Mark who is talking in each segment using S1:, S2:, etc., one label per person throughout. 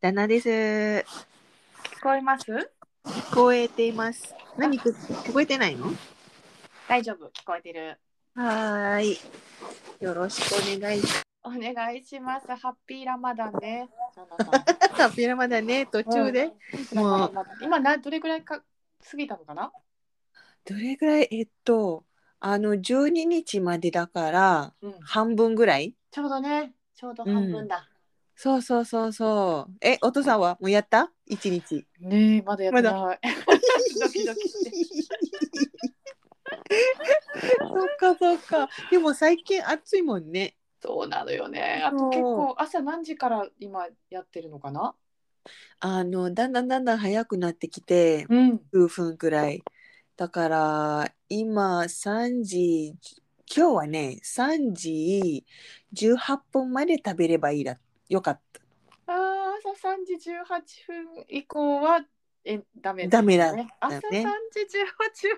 S1: 旦那です。聞
S2: 聞こえます
S1: こえています。何く聞こえてないの？
S2: 大丈夫聞こえてる
S1: はーい。よろしくお願いします。
S2: お願いしますハッピーラマダンね
S1: ハッピーラマダね途中で、、
S2: うん
S1: もう
S2: ラマダン今などれぐらいか過ぎたのかな
S1: どれぐらいえっとあの12日までだから
S2: うん
S1: 半分ぐらい。
S2: ちょうどねちょうど半分だ、
S1: そうそうそうそう。えお父さんはもうやった？一 日。
S2: ねえまだやってない、ドキドキして
S1: そっかそっか。でも最近暑いもんね。
S2: そうなのよねあ
S1: そ
S2: と
S1: う
S2: 結構朝何時から今やってるのかな
S1: あのだんだんだんだん早くなってきて。
S2: うん
S1: 9分くらい。だから今3時今日はね3時18分まで食べればいいだよかっ
S2: あー朝3時18分以降はえダメ
S1: ダメだ
S2: ね朝3時18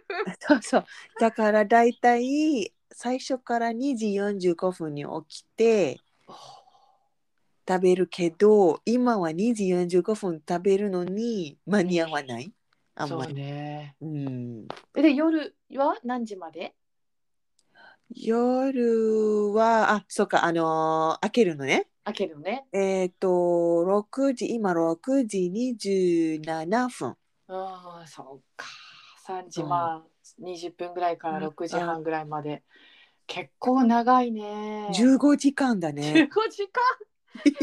S2: 分
S1: た。 そうそうだからだいたい最初から2時45分に起きて食べるけど今は2時45分食べるのに間に合わないあん
S2: そ
S1: ま
S2: う
S1: り。
S2: ね
S1: うん、
S2: で夜は何時まで
S1: 夜はあそうかあのー開けるのね。
S2: 開けるのね
S1: えっ、と、6時、今6時27分。
S2: ああそうか3時
S1: うん
S2: まあ20分ぐらいか
S1: うん
S2: ら6時半ぐらいまで結構長いね
S1: 15時間だ
S2: 15
S1: ね。
S2: 時間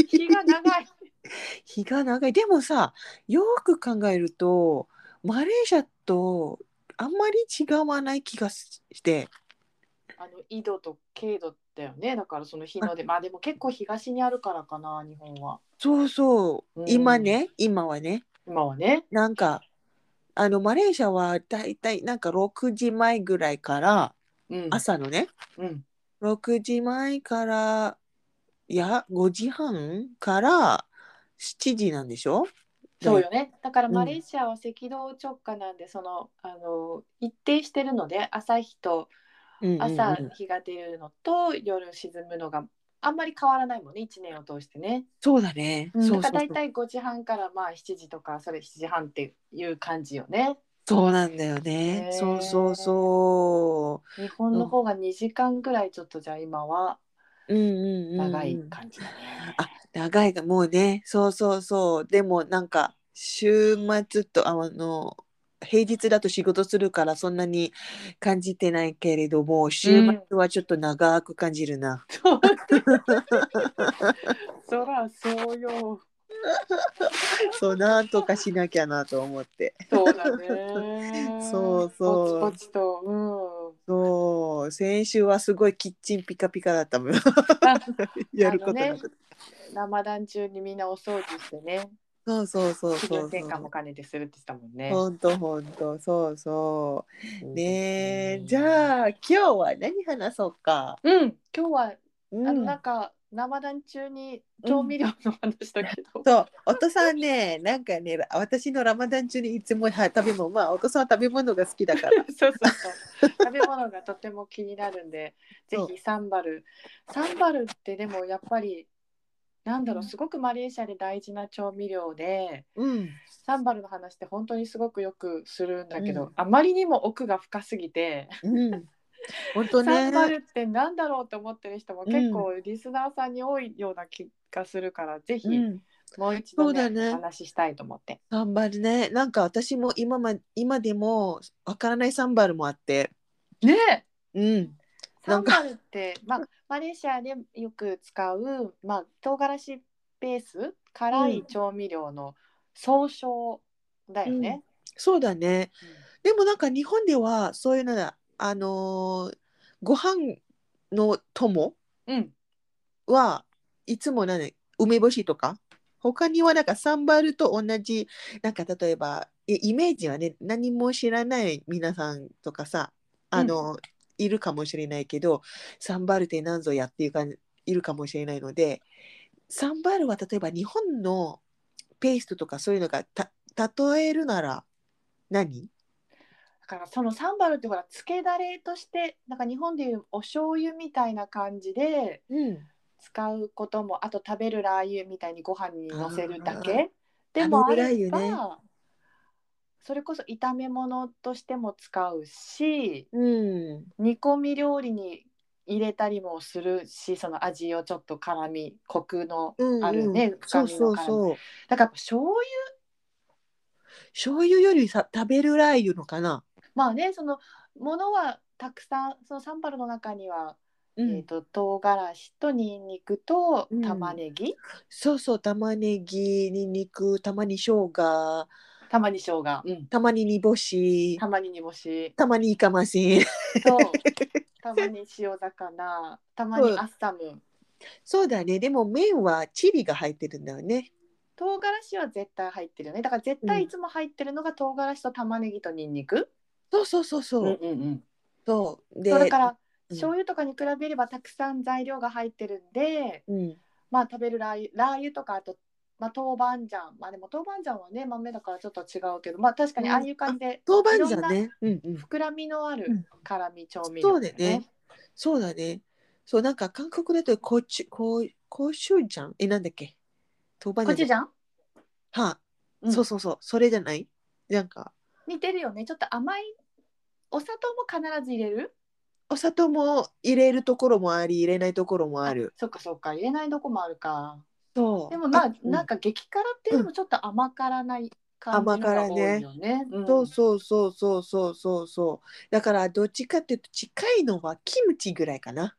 S2: 日が長い
S1: 日が長い。でもさ、よく考えると、マレーシアとあんまり違わない気がして。
S2: あの緯度と経度だよねだからその日のでまあでも結構東にあるからかな日本は
S1: そうそう
S2: う。ん
S1: 今ね、今はね、
S2: 今はね
S1: なんか、あの、マレーシアはだいたいなんか6時前ぐらいから、
S2: うん
S1: 朝のね、
S2: うん
S1: 6時前から、いや、5時半から7時なんでしょ
S2: そうよねだから
S1: うん
S2: マレーシアは赤道直下なんで、そのあの一定してるので朝日と
S1: うんうんうん
S2: 朝日が出るのと夜沈むのがあんまり変わらないもんね1年を通してね。
S1: そうだね。
S2: だ
S1: そう
S2: か
S1: そう
S2: ら
S1: そ
S2: 大
S1: う
S2: 体5時半からまあ7時とかそれ7時半っていう感じよね。
S1: そうなんだよね
S2: へ。ー
S1: そうそうそ
S2: 日本の方が2時間ぐらいちょっとじゃあ今は
S1: う。うんうんうん、
S2: 長い感じだね。
S1: あ長いがもうね。そうそうそう。でもなんか週末とああの平日だと仕事するからそんなに感じてないけれども週末はちょっと長く感じる な。
S2: そうそらそうよ。
S1: そうなんとかしなきゃなと思って。
S2: そうだね。
S1: そうそう
S2: ポチポチと。うん。
S1: そう先週はすごいキッチンピカピカだ ったもん。やることなくて。
S2: ラマダン中にみんなお掃除してね
S1: そうそうそう
S2: 気
S1: そう
S2: 分
S1: そう
S2: 転。換も兼ねてするって言ってたもんね。
S1: ほんとほんとそうそうねえ、じゃ
S2: あ
S1: あ今日は何話そうか、
S2: うん今日は
S1: うん、
S2: あのなんか生談中に調味料の話だけ ど、
S1: そうお父さんねなんかね私のラマダン中にいつもは食べ物まあお父さんは食べ物が好きだから
S2: そうそうそう食べ物がとても気になるんで ぜ
S1: そう
S2: ひサンバルサンバルってでもやっぱりなんだろ
S1: う
S2: うんすごくマレーシアで大事な調味料で
S1: うん
S2: サンバルの話って本当にすごくよくするんだけ
S1: う
S2: ど、
S1: ん
S2: あまりにも奥が深すぎて、
S1: うん本当
S2: サンバル
S1: ね
S2: ってなんだろうと思ってる人も結構リスナーさんに多いような気がするから、ぜひ
S1: うん、
S2: もう一度、
S1: そうだ
S2: ね
S1: ね
S2: お話ししたいと思って。
S1: サンバルねなんか私も今ま今でもわからないサンバルもあって
S2: ねえ
S1: うんな
S2: サ
S1: ん
S2: ン
S1: か
S2: バルって、まあ、マレーシアでよく使う、まあ、唐辛子ベース辛い調味料の総称だよね。
S1: そうだねでもなんか日本ではそういうのだあのーご飯の友
S2: うん、
S1: はいつも何梅干しとか他にはなんかサンバルと同じなんか例えばえイメージはね何も知らない皆さんとかさあの、いるかもしれないけどサンバルって何ぞやっていうかいるかもしれないのでサンバルは例えば日本のペーストとかそういうのがた例えるなら何
S2: だからそのサンバルってほらつけだれとしてなんか日本でいうお醤油みたいな感じで
S1: うん
S2: 使うこともあと食べるラー油みたいにご飯にのせるだ
S1: あ
S2: けでもあ
S1: ハム
S2: れ
S1: グ
S2: ば、
S1: ラー
S2: それこそ炒め物としても使うし
S1: うん。
S2: 煮込み料理に入れたりもするしその味をちょっと辛みコクの
S1: うん
S2: あるね
S1: うん
S2: 深
S1: そう
S2: みの
S1: そう
S2: 辛み
S1: そう。
S2: だからやっぱ醤油
S1: 醤油よりさ食べるラー油のかな。
S2: まあねそのものはたくさんそのサンバルの中には、
S1: う
S2: えー、と唐辛子とニンニクと
S1: うん
S2: 玉ねぎ、
S1: そうそう玉ねぎにんにくたまに生姜
S2: たまに生姜、うん、
S1: たまに煮干した
S2: まに煮干し
S1: たまにいかまし
S2: とたまに塩魚たまにアッサム
S1: そうだねでも麺はチリが入ってるんだよね
S2: 唐辛子は絶対入ってるよねだから絶対いつも入ってるのが唐辛子と玉ねぎとニンニク、
S1: そうそうそうそう、
S2: うんうん、
S1: そうで
S2: そうだから
S1: うん
S2: 醤油とかに比べればたくさん材料が入ってるんで、
S1: うん
S2: まあ食べるラー油ラー油とかあと、まあ、豆板醤まあでも豆板醤はね豆だからちょっと違うけどまあ確かに
S1: うん
S2: ああいう感じで
S1: 豆板醤ねうんうん
S2: 膨らみのあ
S1: うん
S2: る辛味調味
S1: そ
S2: 料
S1: うだよねそうだねそうなんか韓国だとコチココチュジャンえなんだっけ豆
S2: コ
S1: 板
S2: チュジ
S1: 醤
S2: ャン
S1: はあ、
S2: うん
S1: そうそうそうそれじゃないなんか
S2: 似てるよねちょっと甘いお砂糖も必ず入れる
S1: お砂糖も入れるところもあり入れないところもある
S2: そっかそっか入れないとこもあるか
S1: そう
S2: でもまあ
S1: うん
S2: なんか激辛っていうのもちょっと甘辛ない感じのが多いよねうん
S1: そうそうそうそうそうそうそうだからどっちかっていうと近いのはキムチぐらいかな。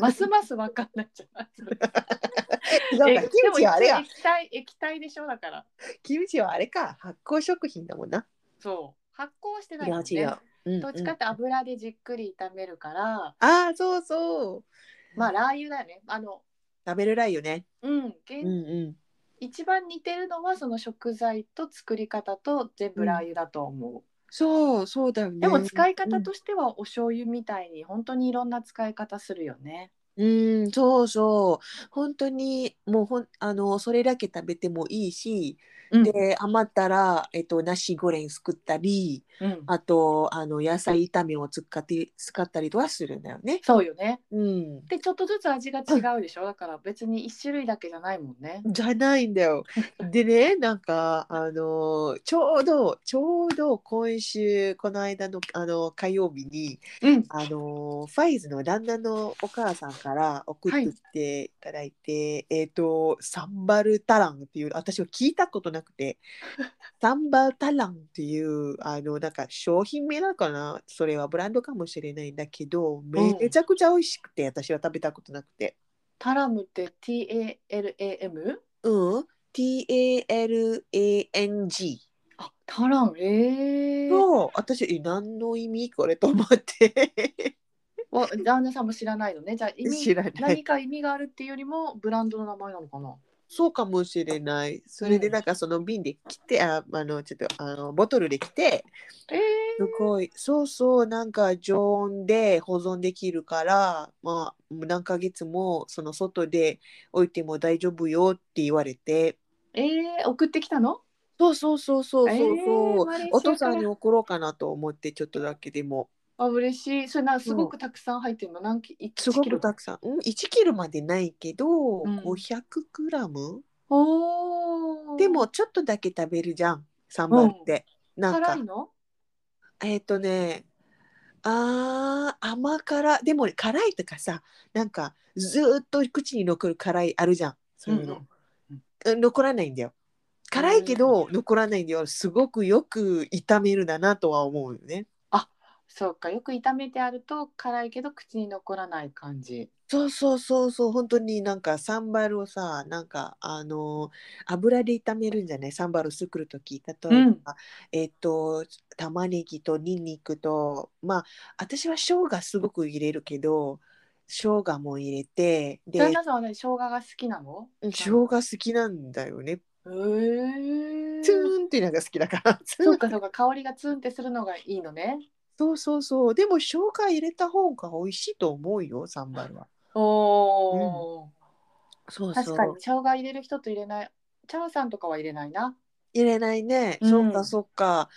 S2: ますますわかんないじゃない
S1: そうか
S2: え
S1: キムチはあれ
S2: でも
S1: や
S2: 一応液体液体でしょだから
S1: キムチはあれか発酵食品だもんな。
S2: そう発酵してない
S1: 違
S2: もん
S1: う
S2: ね
S1: 違う。うんうん
S2: どっちかって油でじっくり炒めるから、
S1: ああそうそう
S2: まあラー油だよねあの
S1: 食べるラー油ね。
S2: うん、げ
S1: うん
S2: ん
S1: う
S2: 一番似てるのはその食材と作り方と全部ラー油だと思う、
S1: ん。そうそうだよね。
S2: でも使い方としてはお醤油みたいに本当にいろんな使い方するよね、
S1: うん、うんそうそう本当にもうほんあのそれだけ食べてもいいし、
S2: うん
S1: で余ったらえっとナシゴレン作ったり
S2: うん、
S1: あとあの野菜炒めを使って使ったりとはするんだよね。
S2: そうよね
S1: うん、
S2: でちょっとずつ味が違うでしょだから別に一種類だけじゃないもんね
S1: じゃないんだ よ。でねなんかあのちょうどちょうど今週この間のあの火曜日に
S2: うん
S1: あのファイズの旦那のお母さんから送ってきていただいて、えっ、とサンバルタランっていう私は聞いたことなく てサンバルタランっていうあのなんか商品名なのかなそれはブランドかもしれないんだけどめちゃくちゃ美味しくて、私は食べたことなくて。
S2: タラムって TALAM?
S1: うん、TALANG。
S2: あタラムええー、
S1: そう、私、え何の意味これと思って。
S2: わ旦那さんも知らないのねじゃあ意味
S1: 知らない。
S2: 何か意味があるっていうよりもブランドの名前なのかな。
S1: そうかもしれない。それで、なんかその瓶で来て、ああの、ちょっと、あの、ボトルで来て、
S2: え
S1: すごい、そうそう、なんか常温で保存できるから、まあ、何ヶ月も、その外で置いても大丈夫よって言われて、
S2: ー、えー、送ってきたの？
S1: そうそうそうそうそうそう、
S2: えー
S1: お父さんに。
S2: マレーシアから
S1: 送ろうかなと思って、ちょっとだけでも。
S2: あ嬉しい。それなすごくたくさん入ってるの。何キ
S1: す
S2: 1
S1: ご
S2: キロ
S1: く？たくさん、うん、1キロまでないけど、
S2: うん
S1: 500グラム
S2: おお。
S1: でもちょっとだけ食べるじゃんサンバルって、なん
S2: 辛
S1: か
S2: いの？
S1: えっ、とねあー甘辛でも辛いとかさなんかずーっと口に残る辛いあるじゃんそういうの、うん残らないんだよ辛いけど残らないんだよすごくよく炒めるだなとは思うよね
S2: そうかよく炒めてあると辛いけど口に残らない感じ。
S1: そうそうそうそう本当になんかサンバルをさなんかあのー油で炒めるんじゃないサンバルを作る時例えば、
S2: うん
S1: えっと玉ねぎとニンニクとまあ私は生姜すごく入れるけど生姜も入れてで
S2: 旦那さんはね生姜が好きなの？
S1: うん生姜好きなんだよね
S2: え
S1: ツ
S2: ー。
S1: ーンっていうのが好きだから ツーン
S2: そうかそうか香りがツンってするのがいいのね。
S1: そうそうそうでも生姜入れた方が美味しいと思うよサンバルは
S2: おお。
S1: そうそ
S2: 確
S1: う
S2: かに生姜入れる人と入れないチャオさんとかは入れないな
S1: 入れないね、
S2: うん
S1: そっかそっか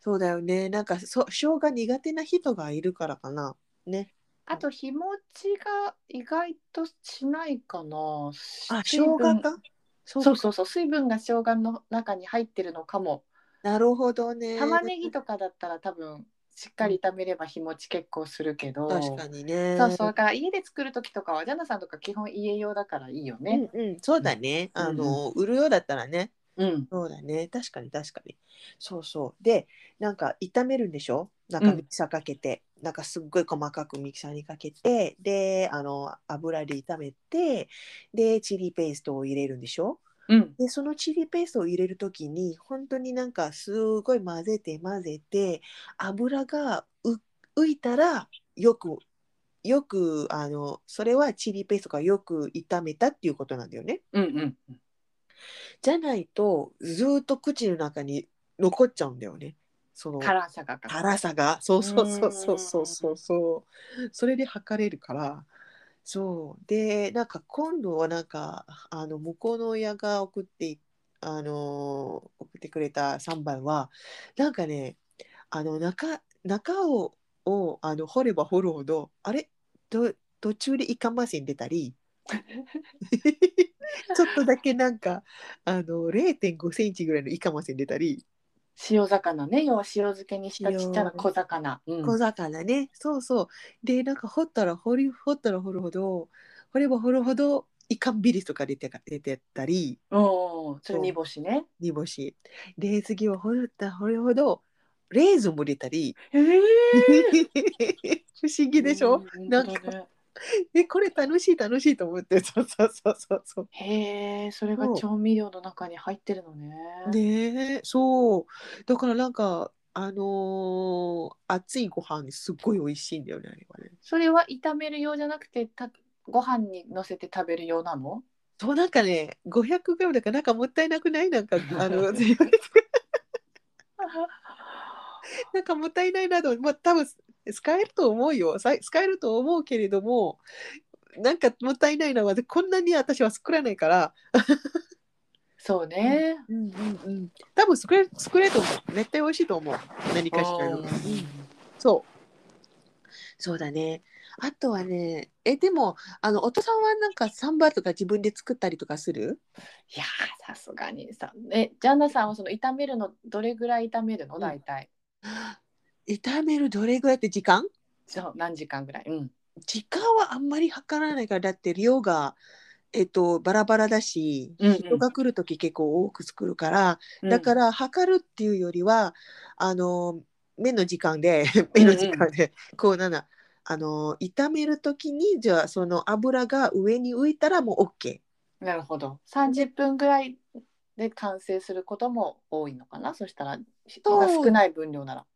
S1: そうだよねなんかそ生姜苦手な人がいるからかなね
S2: あと日持ちが意外としないかな。
S1: あ、
S2: 水
S1: 生姜
S2: 分
S1: かそう
S2: そうそうそう水分が生姜の中に入ってるのかも。
S1: なるほどね。
S2: 玉ねぎとかだったら多分しっかり炒めれば日持ち結構するけど。
S1: 確かにね。
S2: そうそうだから家で作る時とかはジャナさんとか基本家用だからいいよね。
S1: うんうん、そうだね。あの、売るようだったらね。
S2: うん。
S1: そうだね。確かに確かに。そうそう。で、なんか炒めるんでしょなんかミキサーかけて、なんかすっごい細かくミキサーにかけて、で、あの、油で炒めて、で、チリペーストを入れるんでしょ
S2: うん。
S1: で、そのチリペーストを入れるときに、本当になんかすごい混ぜて混ぜて、油がう浮いたら、よく、よく、あの、それはチリペーストがよく炒めたっていうことなんだよね。
S2: うんうんうん。
S1: じゃないとずーっと口の中に残っちゃうんだよね。その
S2: 辛さがかかる。
S1: 辛さがそうそうそうそうそうそうそうそれで測れるからそうでなんか今度はなんかあの向こうの親が送ってあのー送ってくれた3番はなんかねあの中中ををあの掘れば掘るほどあれど途中でイカマシン出たり ちょっとだけなんかあの0.5センチぐらいのイカマシン出たり
S2: 塩魚ね要は塩漬けにしたちっちゃな小魚。うん
S1: 小魚ね、そうそうでなんか掘ったら掘り掘ったら掘るほど掘れば掘るほどイカンビリスとか出てか出てったり
S2: うん。それ煮干しね。
S1: 煮干しで次は掘った掘るほどレーズンも出た り
S2: ええ。
S1: 不思議でしょ、
S2: うん
S1: なんか
S2: 本当だね
S1: えこれ楽しい楽しいと思ってそうそうそうそうそう
S2: へえ、それが
S1: そう
S2: 調味料の中に入ってるのね。
S1: ねえそうだからなんかあのー熱いご飯すっごい美味しいんだよねあれはね
S2: それは炒める用じゃなくて、たご飯に乗せて食べる用なの？
S1: そうなんかね 500g だからなんかもったいなくないなんかあ のなんかもったいないなと、まあ、多分使えると思うよさ使えると思うけれどもなんかもったいないのはこんなに私は作らないから、
S2: そうね。
S1: うんうんうん、多分作れ作れると思う絶対美味しいと思う何かしらの、
S2: うん
S1: うんそうそうだねあとはねえでもあのお父さんはなんかサンバとか自分で作ったりとかする
S2: いやー、さすがにさ、え、ジャンナさんはその炒めるのどれぐらい炒めるの？
S1: ん
S2: 大体。
S1: 炒めるどれぐらいって時間
S2: そう、何時間ぐらい？うん。
S1: 時間はあんまり測らないからだって量が、えっと、バラバラだし
S2: うんうん、
S1: 人が来る時結構多く作るから、だからら測るっていうよりはあの目の時間で 目の時間で、こうなんだあの炒める時にじゃあその油が上に浮いたらもう OK。
S2: なるほど。三十分ぐらいで完成することも多いのかな？そしたら、
S1: そう
S2: 少ない分量なら。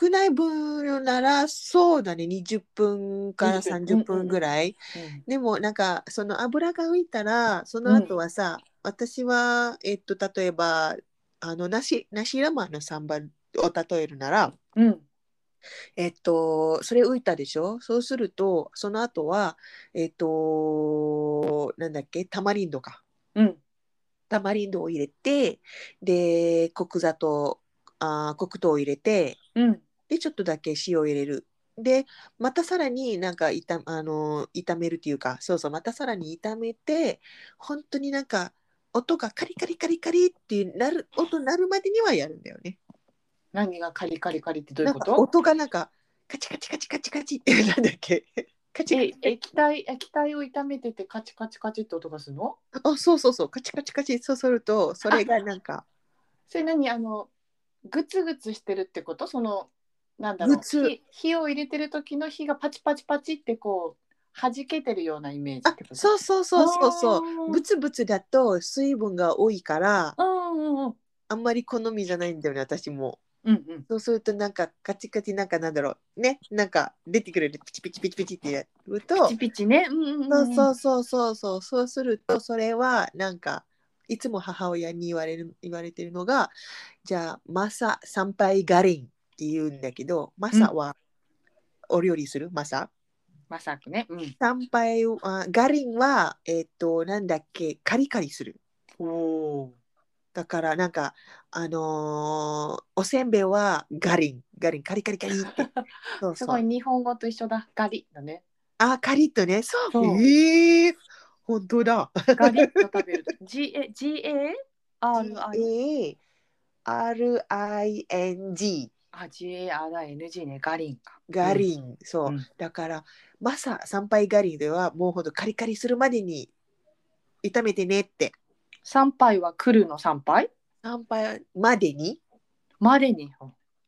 S1: 少ない分ならそうだね20分から
S2: 20
S1: 30分ぐらい、
S2: うん
S1: でもなんかその油が浮いたらその後はさ、私はえっと例えばあのナシナシラマンのサンバを例えるなら
S2: うん。
S1: えっとそれ浮いたでしょそうするとその後はえっとなんだっけタマリンドか
S2: うん。
S1: タマリンドを入れてで黒砂糖あー黒糖を入れて
S2: うん。
S1: でちょっとだけ塩を入れるでまたさらになんか炒,、あの炒めるっていうかそうそうまたさらに炒めて本当になんか音がカリカリカリカリってなる音なるまでにはやるんだよね。
S2: 何がカリカリカリってどうい
S1: な
S2: うんこ
S1: か
S2: と？
S1: 音がなんかカチカチカチカチカチなんだっけカチカ
S2: え
S1: チ、
S2: 液体、液体を炒めてて、カチカチカチって音がするの。
S1: あそうそうそうカチカチカチそうするとそれがなんか
S2: それ何、あの、グツグツしてるってこと、その。なんだろう
S1: グツ
S2: 火火を入れてる時の火がパチパチパチってこう弾けてるようなイメージ
S1: あ
S2: ってこと
S1: そうそうそうそうそう
S2: う
S1: ブツブツだと水分が多いから
S2: うんうんうん
S1: あんまり好みじゃないんだよね私も。
S2: うんうん
S1: そうするとなんかカチカチなんかなんだろうねなんか出てくるピチピチピチピチってやると
S2: ピチピチねうんうん
S1: そ
S2: うん
S1: うそうそうそうそうそうするとそれはなんかいつも母親に言われる言われてるのがじゃあマサ参拝ガリンって言うんだけどマサはお料理するマサ
S2: まさくねうん
S1: 参拝あガリンはえっとなんだっけカリカリする
S2: おお
S1: だからなんかあのーおせんべいはガリンガリンカリカリカ リってそう
S2: す
S1: そ
S2: ごいう日本語と一緒だ。ガリだね。
S1: あカリッとねそう
S2: そう
S1: ええ本当だ
S2: ガ リッと食べる。G A G A R I
S1: G A R I N G
S2: あ G A R I N G ねガリンか。
S1: ガ
S2: ン。
S1: リン、そう、
S2: うん
S1: だからマサ参拝ガリンではもうほんとカリカリするまでに炒めてねって
S2: 参拝は来るの参拝？
S1: 参拝までに
S2: までに。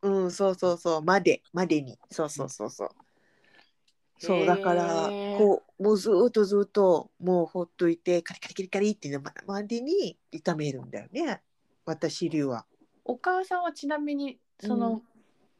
S1: うんそうそうそうまでまでにそうそうそうそうそ
S2: へ
S1: う
S2: ー
S1: だからこうもうずーっとずーっともうほっといてカリカリカリカリっていうのままでに炒めるんだよね私流は
S2: お母さんはちなみにそうの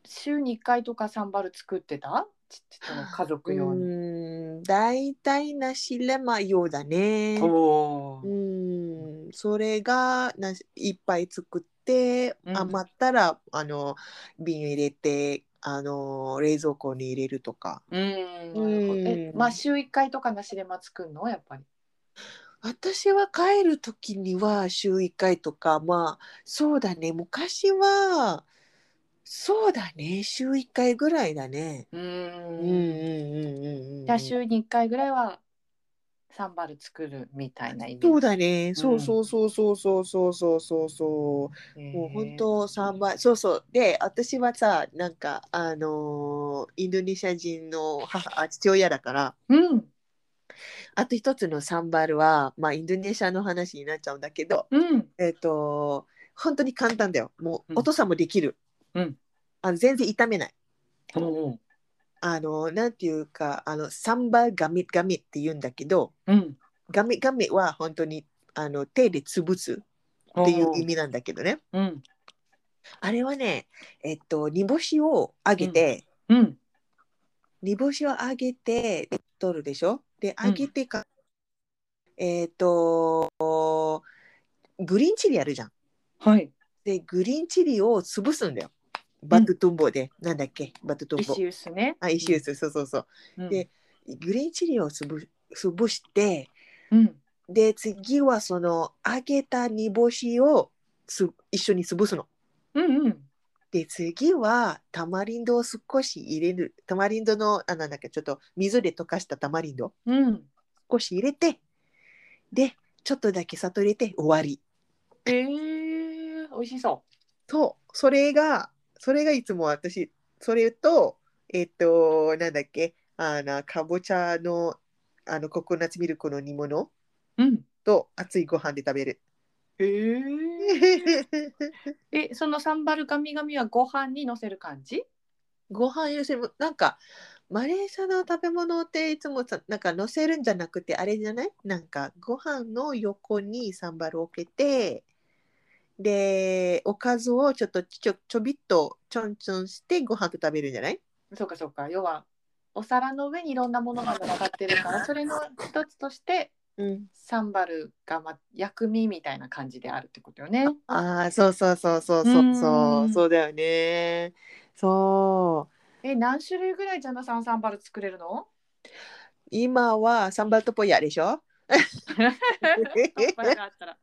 S2: 週に一回とかサンバル作ってた？ちその家族用に。
S1: うん大体なしレマ用だね
S2: お
S1: う
S2: ー
S1: んそれがないっぱい作って、
S2: うん
S1: 余ったらあの瓶入れてあの冷蔵庫に入れるとか
S2: うん。
S1: うん
S2: なるほどえ、まあ週一回とかなしでま作るのやっぱり。
S1: 私は帰る時には週1回とかまあそうだね昔はそうだね週1回ぐらいだね。
S2: う
S1: うんんうんうんうんうん
S2: じゃあ週に1回ぐらいはサンバル作るみたいなイメージ。
S1: そうだね、そうそうそうそうそうそうそうそうそう。もう本当三倍そうそうで私はさなんかあのーインドネシア人の母あ父親だから
S2: うん
S1: あと一つのサンバルは、まあ、インドネシアの話になっちゃうんだけど
S2: うん
S1: えっ、と本当に簡単だよも
S2: う
S1: うんお父さんもできる、
S2: うん
S1: あの全然痛めない
S2: うん
S1: あのなんていうかあのサンバガミガミって言うんだけど
S2: うん
S1: ガミガミは本当にあの手で潰すっていう意味なんだけどね
S2: うん
S1: あれはねえっと煮干しを揚げて、
S2: うん
S1: 煮干しを揚げて取るでしょで
S2: うん
S1: 揚げてか、えっ、とグリーンチリあるじゃん
S2: はい
S1: でグリーンチリを潰すんだよバトトンボで、なんだっけバトトンボ
S2: 石臼ね。
S1: あ石臼、そうそうそう
S2: うん
S1: でグリーンチリを潰潰して
S2: うん
S1: で次はその揚げた煮干しをつ一緒に潰すの
S2: うんうん
S1: で次はタマリンドを少し入れるタマリンドのあなんだっけちょっと水で溶かしたタマリンド
S2: うん
S1: 少し入れてでちょっとだけ砂糖入れて終わり
S2: えー、美味しそ
S1: とそれがそれがいつも私それとえっとなんだっけあのかぼちゃのあのココナッツミルクの煮物
S2: う。うん
S1: と熱いご飯で食べる
S2: えー、 えそのサンバルガミガミはご飯にのせる感じ？
S1: ご飯よせもなんかマレーシアの食べ物っていつもさなんか乗せるんじゃなくてあれじゃないなんかご飯の横にサンバルを置けてでおかずをちょっとちょちょびっとちょんちょんしてご飯と食べるんじゃない
S2: そうかそうか。要はお皿の上にいろんなものが乗っかってるからそれの一つとして
S1: うん、
S2: サンバルが、ま、薬味みたいな感じであるってことよね。
S1: ああそうそうそうそうそうそううんそうだよねそう
S2: え、何種類ぐらいジャナさんサンバル作れる の？
S1: 今はサンバルトポヤでしょ
S2: サンバルがあったら。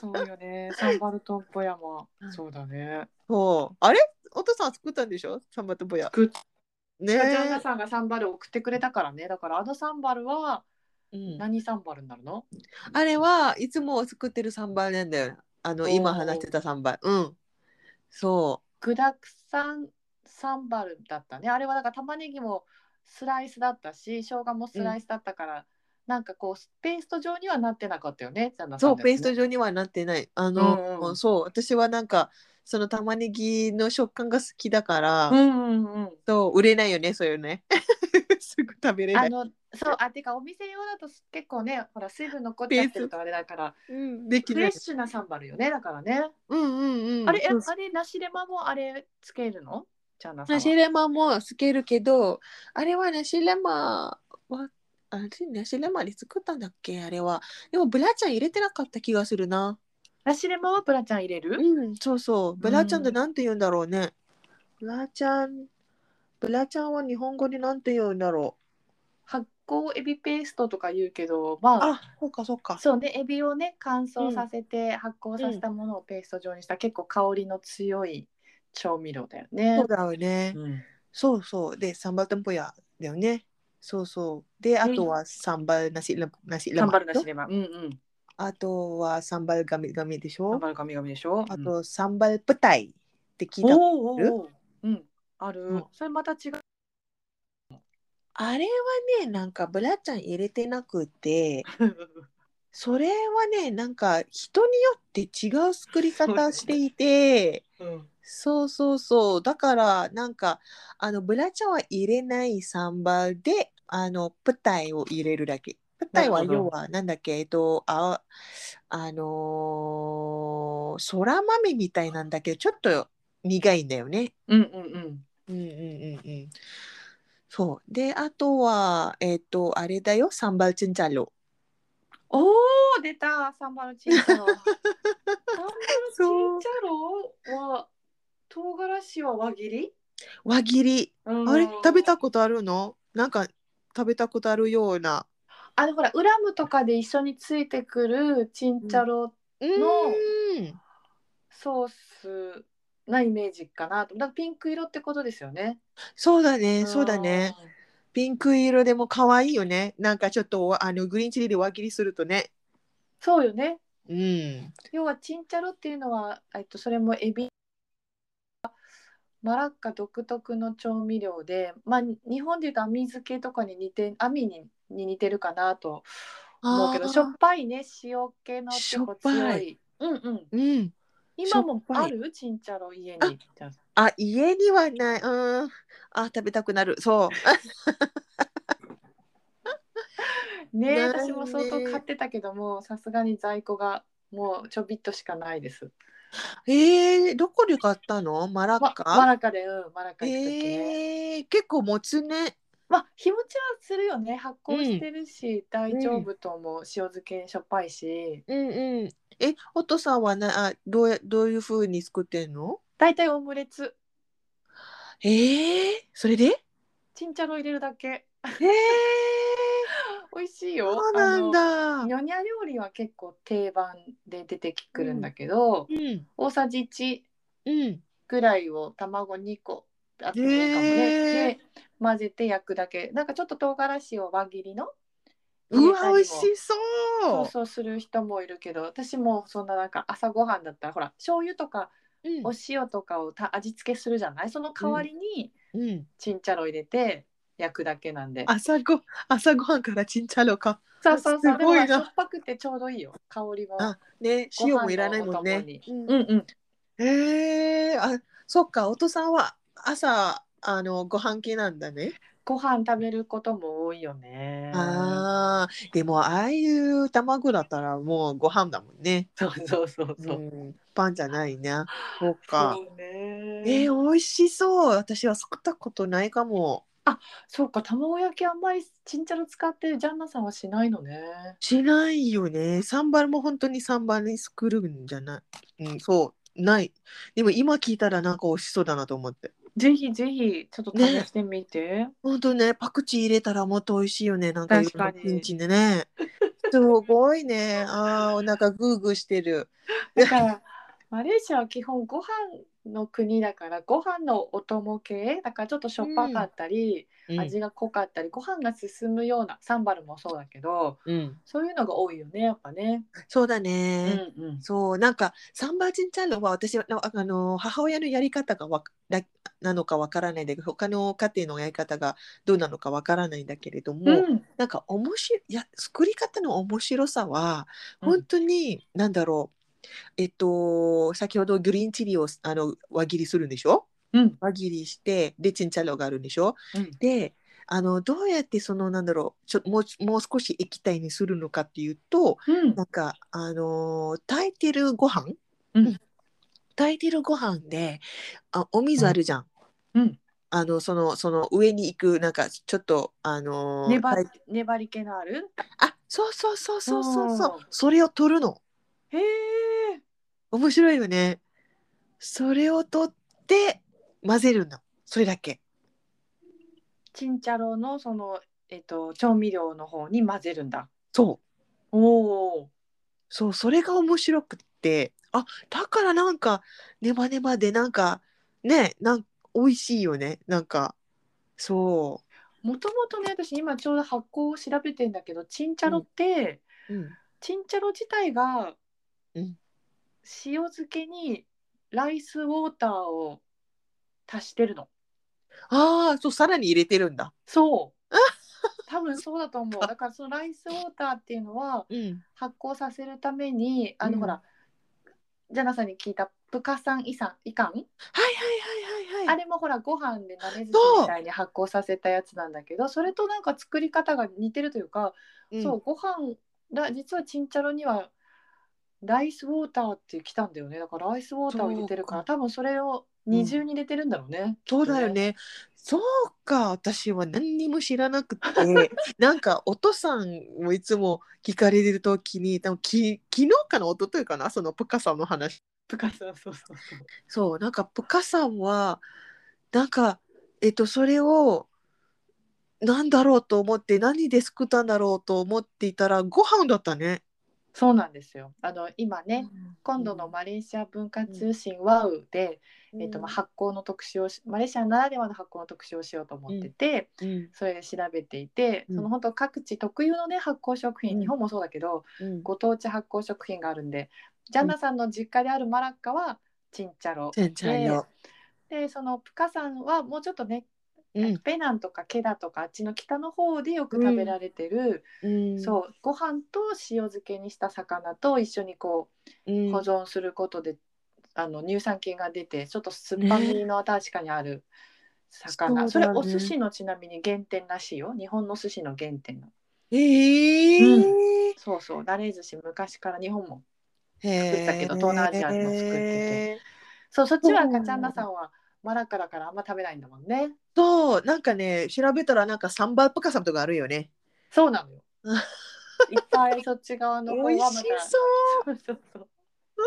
S2: そうよね。サンバルトンポヤも。そうだね。
S1: そうあれお父さん作ったんでしょサンバルトポヤ
S2: 作っ
S1: ね
S2: ジャナさんがサンバル送ってくれたからね。だからあのサンバルは
S1: うん
S2: 何サンバルになるの？
S1: あれはいつも作ってる3倍なんだよ。あの
S2: おー
S1: 今話してた3倍。うん。そ
S2: 具だくさんサンバルだったね。あれはだから玉ねぎもスライスだったし、生姜もスライスだったから、なんかこうペースト状にはなってなかったよね。ジャナ
S1: う。
S2: さ
S1: そ
S2: ん
S1: う、ペースト
S2: 状。
S1: 状にはなってない。あ
S2: うん
S1: の、
S2: うんうん
S1: そう、私はなんか、その玉ねぎの食感が好きだから、
S2: うんうんうん。
S1: そう、売れないよね、そういうね。 すぐ食べれな
S2: あ
S1: い。
S2: のそうあてかお店用だと結構ねほら水分残っちゃってるとあれだから
S1: うん、でき
S2: フ
S1: な
S2: レッ
S1: い。
S2: シュなサンバルよねだからね、
S1: うんうんうん。
S2: あれえ
S1: そうそう
S2: あれナシレマもあれつけるのじゃあなさん
S1: ナ
S2: は
S1: シレマもつけるけど、あれはナシレマは、あれナシレマで作ったんだっけあれは。でもブラちゃん入れてなかった気がするな。
S2: ナシレマはプラちゃん入れる、
S1: うん、そうそう。ブラちゃんっ
S2: う
S1: て
S2: ん
S1: なんて言うんだろうね。ブラちゃん、ブラちゃんは日本語でなんて言うんだろ
S2: は酵エビペーストとか言うけどまあ
S1: あ、そうかそうか。
S2: そうねエビをね乾燥させて発酵させたものをペースト状にした、結構香りの強い調味料だよね
S1: そう。だよね。
S2: うん
S1: そうそう。で、サンバルテンポヤだよね。そうそう。で、あとはサンバルナシレナシレ
S2: サン
S1: マ
S2: バルだしれば、うんうん。
S1: あとはサンバルガミガミでし
S2: サン
S1: ょ
S2: バル神々でしょ。
S1: あ
S2: うん、
S1: とサンバルプタイって聞いた。
S2: おーおーおーうん、ある、
S1: うん
S2: それま た違う。
S1: あれはね、なんかブラちゃん入れてなくて、それはね、なんか人によって違う作り方していて、
S2: うん、
S1: そうそうそう。だから、なんか、あの、ブラちゃんは入れないサンバルで、あの、プタイを入れるだけ。プタイは
S2: なるほど
S1: 要は、なんだっけ、えっと、あ、あのー、そら豆みたいなんだけど、ちょっと苦いんだよね。
S2: うんうん
S1: うんうんうんうん。そう。で、あとは、えっと、あれだよ、サンバルチンチャロ。
S2: おお出たサンバルチンチ ャロサンバルチンチャロは唐辛子は輪切り、
S1: 輪切り。
S2: うん
S1: あれ、食べたことあるのなんか、食べたことあるような。
S2: あのほらウラムとかで一緒についてくるチンチャロ
S1: うーん。
S2: ソースなイメージかなとだからピンク色ってことですよね、
S1: そうだね、そうだね。ピンク色でも可愛いよね。なんかちょっとあのグリーンチリで輪切りするとね。
S2: そうよね
S1: うん。
S2: 要はチンチャロっていうのは、えっと、それもエビマラッカ独特の調味料で、まあ、に日本でいうと網漬けとかに似て網にに似てるかなと思うけど
S1: あー
S2: しょっぱいね塩気の結構強い
S1: し
S2: うんうん、
S1: うん。
S2: 今も
S1: しょっぱ
S2: あ
S1: い
S2: るチンチャロ家に
S1: あ、家にはない。うん。あ、食べたくなる。 そう。
S2: ねえ
S1: ないね
S2: 私も相当買ってたけどもさすがに在庫がもうちょびっとしかないです
S1: えー、どこで買ったのマラ
S2: ま
S1: ッ
S2: マ
S1: カ
S2: ラッカでうんマラッカ行った時ね、
S1: えー、結構もつね。
S2: まあ日持ちはするよね発酵してるし、大丈夫と思う塩漬けしょっぱいし
S1: うんうん。え、おとさんはなあどうやどういう風に作ってんの
S2: 大体オムレツ
S1: えー、それでえ
S2: チンチャロ入れるだけ
S1: ー、
S2: 美味しいよ
S1: そうなん
S2: あ
S1: だ
S2: の。ニョニャ料理は結構定番で出てくるんだけど、
S1: うん。
S2: 大さじ1
S1: うん。
S2: ぐらいを卵2個あってもいいかもね、
S1: へー
S2: で混ぜて焼くだけなんかちょっと唐辛子を輪切りの
S1: う
S2: 入れたり
S1: わ、
S2: も
S1: 美味しそう。
S2: そうそうする人もいるけど私もそんななんか朝ごはんだったらほら醤油とか
S1: うん
S2: お塩とかをた味付けするじゃないその代わりに
S1: うん。
S2: チンチャロ入れて焼くだけなんで、
S1: 朝ご朝ごはんからチンチャロか。
S2: そうそうそう
S1: す
S2: でも
S1: ごいな
S2: しょっぱくてちょうどいいよ香りも
S1: あね、
S2: ご飯
S1: 塩
S2: の
S1: もいらないもん
S2: お供
S1: ね
S2: に。
S1: う
S2: うん
S1: ん
S2: うん
S1: へえあ、そっか、お父さんは朝あのご飯系なんだね。
S2: ご飯食べることも多いよね
S1: ああ、でもああいう卵だったらもうご飯だもんね。
S2: そうそうそう
S1: う
S2: そう、
S1: ん、パンじゃないな。そっか。
S2: そうね
S1: えー、美味しそう。私は作ったことないかも。
S2: そうか卵焼きあんまりチンチャロ使ってるジャンナさんはしないのね
S1: しないよね。サンバルも本当にサンバルに作るんじゃない。うん、そう、ない。でも今聞いたらなんか美味しそうだなと思って。
S2: ぜひぜひちょっと試してみて、
S1: 本当ね、パクチー入れたらもっと美味しいよね。なんかいろんな
S2: 確かに
S1: ピンチでね。すごいね。ああ、お腹グーグーしてる。
S2: だからマレーシアは基本ご飯の国だからご飯のお供系だからちょっとしょっぱかったり、
S1: うん、
S2: 味が濃かったりご飯が進むようなサンバルもそうだけど
S1: うん
S2: そういうのが多いよねやっぱね。
S1: そうだ
S2: う
S1: ね。
S2: うん
S1: そう、なんかサンバージンチャンロは私はああの母親のやり方がわかななのかわからないんだけど、他の家庭のやり方がどうなのかわからないんだけれども、
S2: うん
S1: なんか面白いいや作り方の面白さは
S2: うん
S1: 本当に、なんだろうえっと先ほどグリーンチリをあの輪切りするんでしょ
S2: うん
S1: 輪切りしてでチンチャロがあるんでしょ
S2: うん
S1: であのどうやってそのなんだろうちょもうもう少し液体にするのかっていうと
S2: うん
S1: なんかあのー炊いてるご飯、
S2: うん
S1: 炊いてるご飯であお水あるじゃん。
S2: うん
S1: あのそのその上に行くなんかちょっとあのー
S2: 粘
S1: 炊い
S2: り粘り気のある
S1: あ、そうそうそうそうそうそう
S2: う。ん
S1: それを取るの。
S2: へえ
S1: 面白いよね。それを取って混ぜるの。それだけ。
S2: チンチャロのそのえっと、調味料の方に混ぜるんだ。
S1: そう
S2: おお。
S1: そうそれが面白くってあだからなんかネバネバでなんかねなん美味しいよねなんかそ
S2: もともとね、私今ちょうど発酵を調べてんだけど、チンチャロって、
S1: う、うん、
S2: チンチャロ自体が、
S1: うん
S2: 塩漬けにライスウォーターを足してるの。
S1: ああそうさらに入れてるんだ
S2: そう。多分そうだと思う。だからそのライスウォーターっていうのは
S1: うん
S2: 発酵させるために、あの、
S1: うん
S2: ほら、ジャナさんに聞いたプカサンイサンイカン、
S1: はいはいはいはいは
S2: あ
S1: い
S2: れもほらご飯でなめずし
S1: そう
S2: みたいに発酵させたやつなんだけど、それとなんか作り方が似てるというか、
S1: うん
S2: そうご飯だ実はチンチャロにはライスウォーターって来たんだよねだからライスウォーターを入れてるから
S1: そう
S2: 多分それを二重に入れてるんだろうね、
S1: そうだよね。そうか、私は何にも知らなく て、なんかお父さんもいつも聞かれるときに、多分き昨日かな一昨日かな、そのプカさんの話。
S2: とかそうそうそうそう
S1: そう、なんかプカさんは、なんか、えっと、それを、なんだろうと思って、何で作ったんだろうと思っていたら、ご飯だったね。
S2: そうなんですよあの今ね今度のマレーシア文化通信ワウで、えっとまあ、発酵の特集をしマレーシアならではの発酵の特集をしようと思ってて、
S1: うん
S2: それで調べていて、
S1: うん
S2: その本当各地特有のね発酵食品、
S1: うん
S2: 日本もそうだけど、
S1: うん
S2: ご当地発酵食品があるんでジャンナさんの実家であるマラッカはチンチャロ、
S1: ちゃんちゃんよ。
S2: でそのプカさんはもうちょっとね、
S1: うん
S2: ペナンとかケダとかあっちの北の方でよく食べられてる、
S1: うん
S2: そうご飯と塩漬けにした魚と一緒にこ
S1: う
S2: うん保存することで、あの乳酸菌が出てちょっと酸っぱみの確かにある魚、
S1: ね
S2: それ
S1: そうだ
S2: お
S1: ね
S2: 寿司のちなみに原点らしいよ日本の寿司の原点の
S1: ええ
S2: そうそうなれ寿司昔から日本も
S1: 作
S2: ったけど東南アジアの作っててそう、そっちはガチャンナさんはマラッカだからあんま食べないんだもんね。
S1: そうなんかね調べたらなんかサンバプカサムとかあるよね
S2: そうなのよ
S1: うん。
S2: いっぱいそっち側の方は
S1: 美味
S2: ま
S1: し
S2: そうそうそう。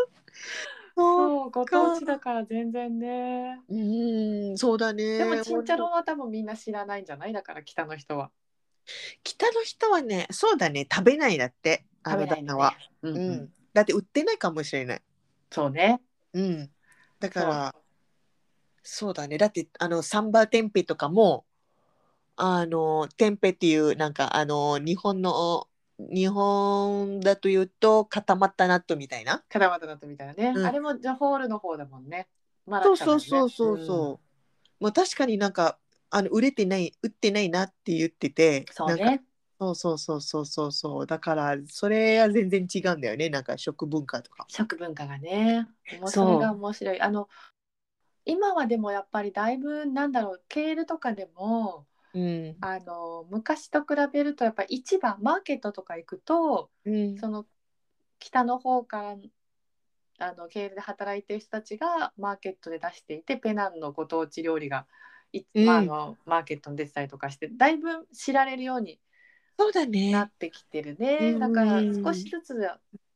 S1: そう
S2: そう、ご当地だから全然ね。
S1: うんそうだね
S2: でもチンチャロは多分みんな知らないんじゃないだから北の人は。
S1: 北の人はねそうだね食べないだってあ
S2: 食べ
S1: の
S2: な
S1: 旦
S2: いの
S1: 那
S2: ね
S1: は、。
S2: う
S1: うんん
S2: うん。
S1: だって売ってないかもしれない
S2: そうね。
S1: うんだか
S2: そう
S1: らそうだねだってあのサンバテンペとかもあのテンペっていうなんかあの日本の日本だというと固まった納豆みたいな
S2: カタマタだとみたいなね。
S1: うん
S2: あれもジャホールの方だもんね。マラ
S1: そう
S2: ッカだ
S1: そ
S2: よ
S1: う
S2: ね
S1: そうそうそう。まあ確かになんかあの売れてない売ってないなって言ってて、
S2: んそう
S1: なんか
S2: ね。
S1: そうそうそうそうそうそうだからそれは全然違うんだよねなんか食文化とか。
S2: 食文化がね面
S1: そう
S2: 白いが面白いあの今はでもやっぱりだいぶなんだろうケールとかでも
S1: うん。
S2: あの昔と比べるとやっぱり市場マーケットとか行くと
S1: うん。
S2: その北の方からあのケールで働いてる人たちがマーケットで出していてペナンのご当地料理がい、まあ、あ
S1: うん
S2: のマーケットに出てたりとかしてだいぶ知られるように
S1: そうだ
S2: な
S1: ね
S2: っ。てきてるね、
S1: うん
S2: だから少しずつ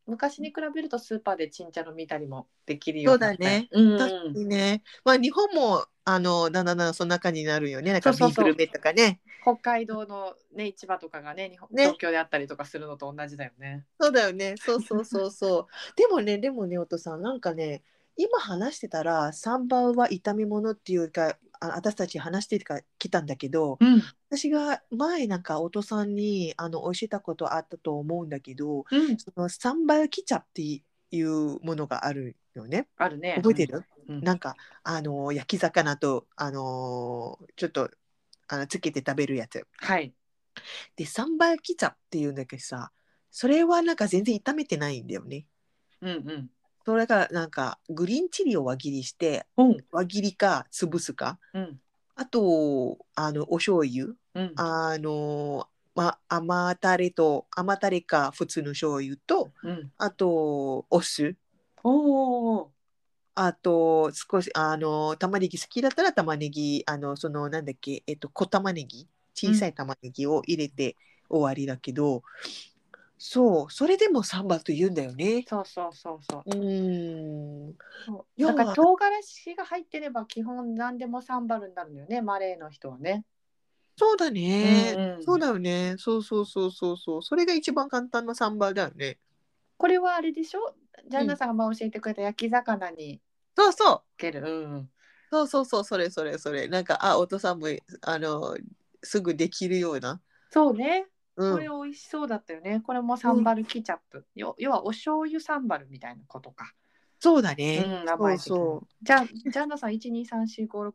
S2: 昔に比べるとスーパーでチンチャロ見たりもできる
S1: そう
S2: よ
S1: う
S2: にな
S1: だ
S2: ったよ
S1: ね。
S2: うんうん
S1: 確かにね。まあ日本もあのだんだんだんだんその中になるよね。なんかビ
S2: そうそう
S1: ー
S2: そう
S1: グルメとかね。
S2: 北海道のね市場とかがね日本
S1: ね
S2: 東京であったりとかするのと同じだよね
S1: そうだよね。そうそうそうそう。でもねでもねおとさんなんかね今話してたらサンバは炒め物っていうかあ私たち話してきたんだけど。
S2: うん
S1: 私が前なんかお父さんにあの教えたことあったと思うんだけど
S2: うん
S1: そのサンバキチャっていうものがあるよね
S2: あるね
S1: 覚えてる、
S2: うん
S1: なんかあの焼き魚とあのちょっとあのつけて食べるやつ
S2: はい
S1: でサンバキチャっていうんだけどさそれはなんか全然炒めてないんだよね
S2: うんうん
S1: それからなんかグリーンチリを輪切りして
S2: うん
S1: 輪切りか潰すか
S2: うん
S1: あとあのお醤油
S2: うん
S1: あのまあ甘たれと甘たれか普通の醤油と
S2: うん
S1: あとお酢
S2: おお
S1: あと少しあの玉ねぎ好きだったら玉ねぎあのそのなんだっけえっと小玉ねぎ小さい玉ねぎを入れて終わりだけど、そうそれでもサンバと言うんだよね。
S2: そうそうそうそう
S1: うーん
S2: そう
S1: 要は
S2: だから唐辛子が入ってれば基本何でもサンバルになるのよねマレーの人はね
S1: そうだね、
S2: うんうん
S1: そうだよね。そうそうそうそうそう。それが一番簡単なサンバだよね。
S2: これはあれでしょジャンナさんが前教えてくれた焼き魚に
S1: そうそう。
S2: つける、うん
S1: そうそうそう。それそれそれ。なんか、あ、お父さんも、あの、すぐできるような。
S2: そうね
S1: う
S2: こ
S1: ん
S2: れ。美味しそうだったよねこれもサンバルケチャップ、よ要はお醤油サンバルみたいなことか、
S1: そうだ
S2: う
S1: ね。
S2: ん、名前的に
S1: そう
S2: じゃあジャンナさん123456